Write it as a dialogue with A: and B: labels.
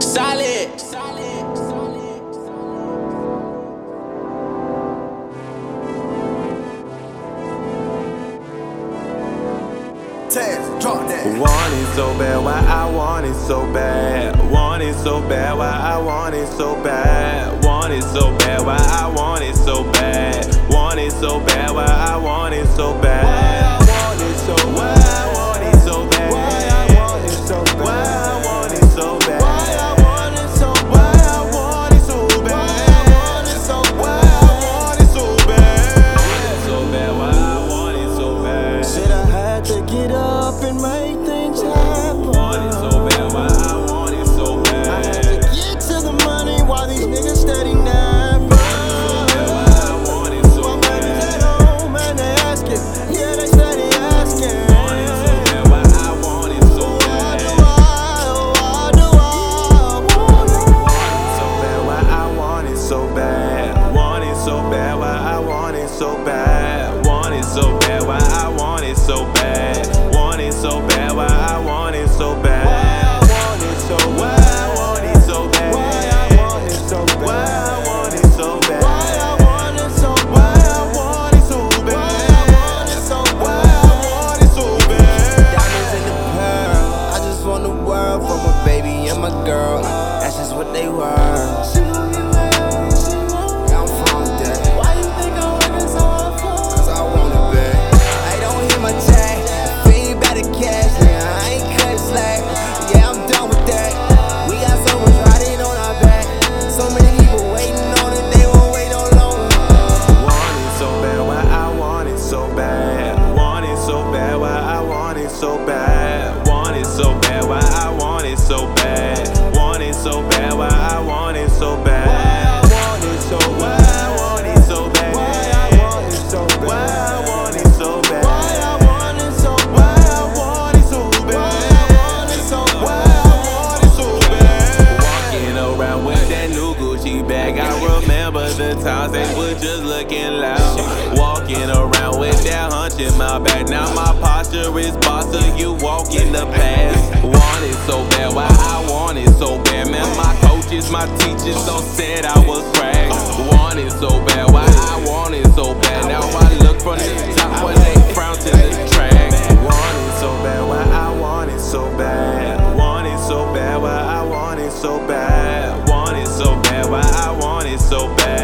A: Solid. Solid. Solid.
B: Taz, drop that.
C: Want it so bad, why I want it so bad. Want it so bad, why I want it so bad. Want it so bad, why I want it so bad. Want it so bad, why I want it so bad. Why I want it so bad. Why I want it so bad. Why I want it so bad. Why I want it so bad. Why I want it so bad. Why I want it so bad. Why I want it so bad. Why I want it so bad. So bad, why I want it so bad.
B: Said I had to get up and make things happen.
C: want it so bad, why I want it so
B: I had
C: bad.
B: to get to the money while these niggas steady napping.
C: I want it so
B: My baby's at
C: bad.
B: home and they asking. Yeah, they steady asking.
C: Want it so bad, why I want it so
B: Why do
C: bad.
B: I, oh, why do I want
C: So bad, why I want it so bad. Want it so bad, why I want it so bad. Want it so bad, why I want it so bad. Want it so bad, why I want it so bad. Why I want it so bad. Why I want it so bad. Why I want it so bad. Why I want it so bad.
B: Diamonds in the pearl. I just want the world for my baby and my girl. That's just what they were. She gon' get married, she won't. I'm from that. Why you think I'm working so hard for? Cause I wanna be. I don't hear my tag. Feed better cash, nigga. I ain't cut slack. Yeah, I'm done with that. We got so much riding on our back. So many people waiting on it, they won't wait no longer.
C: Want it so bad, why I want it so bad. Want it so bad, why I want it so bad. Want it so bad, why I want it so bad. Want it so bad, why I want it so bad. Why I want it so bad. Why I want it so bad. Why I want it so bad. Why I want it so bad. Walking around with that new Gucci bag, I remember the times they was just looking loud. Walking around with that hunch in my back, now my posture is bossa. You walk in the past. Want it so bad, why I want it so bad, man. My coaches, my teachers all said I was cracked. Want it so bad, why I want it so bad. Now I look from the top when they frown to the track. Want it so bad, why I want it so bad. Want it so bad, why I want it so bad. Want it so bad, why I want it so bad.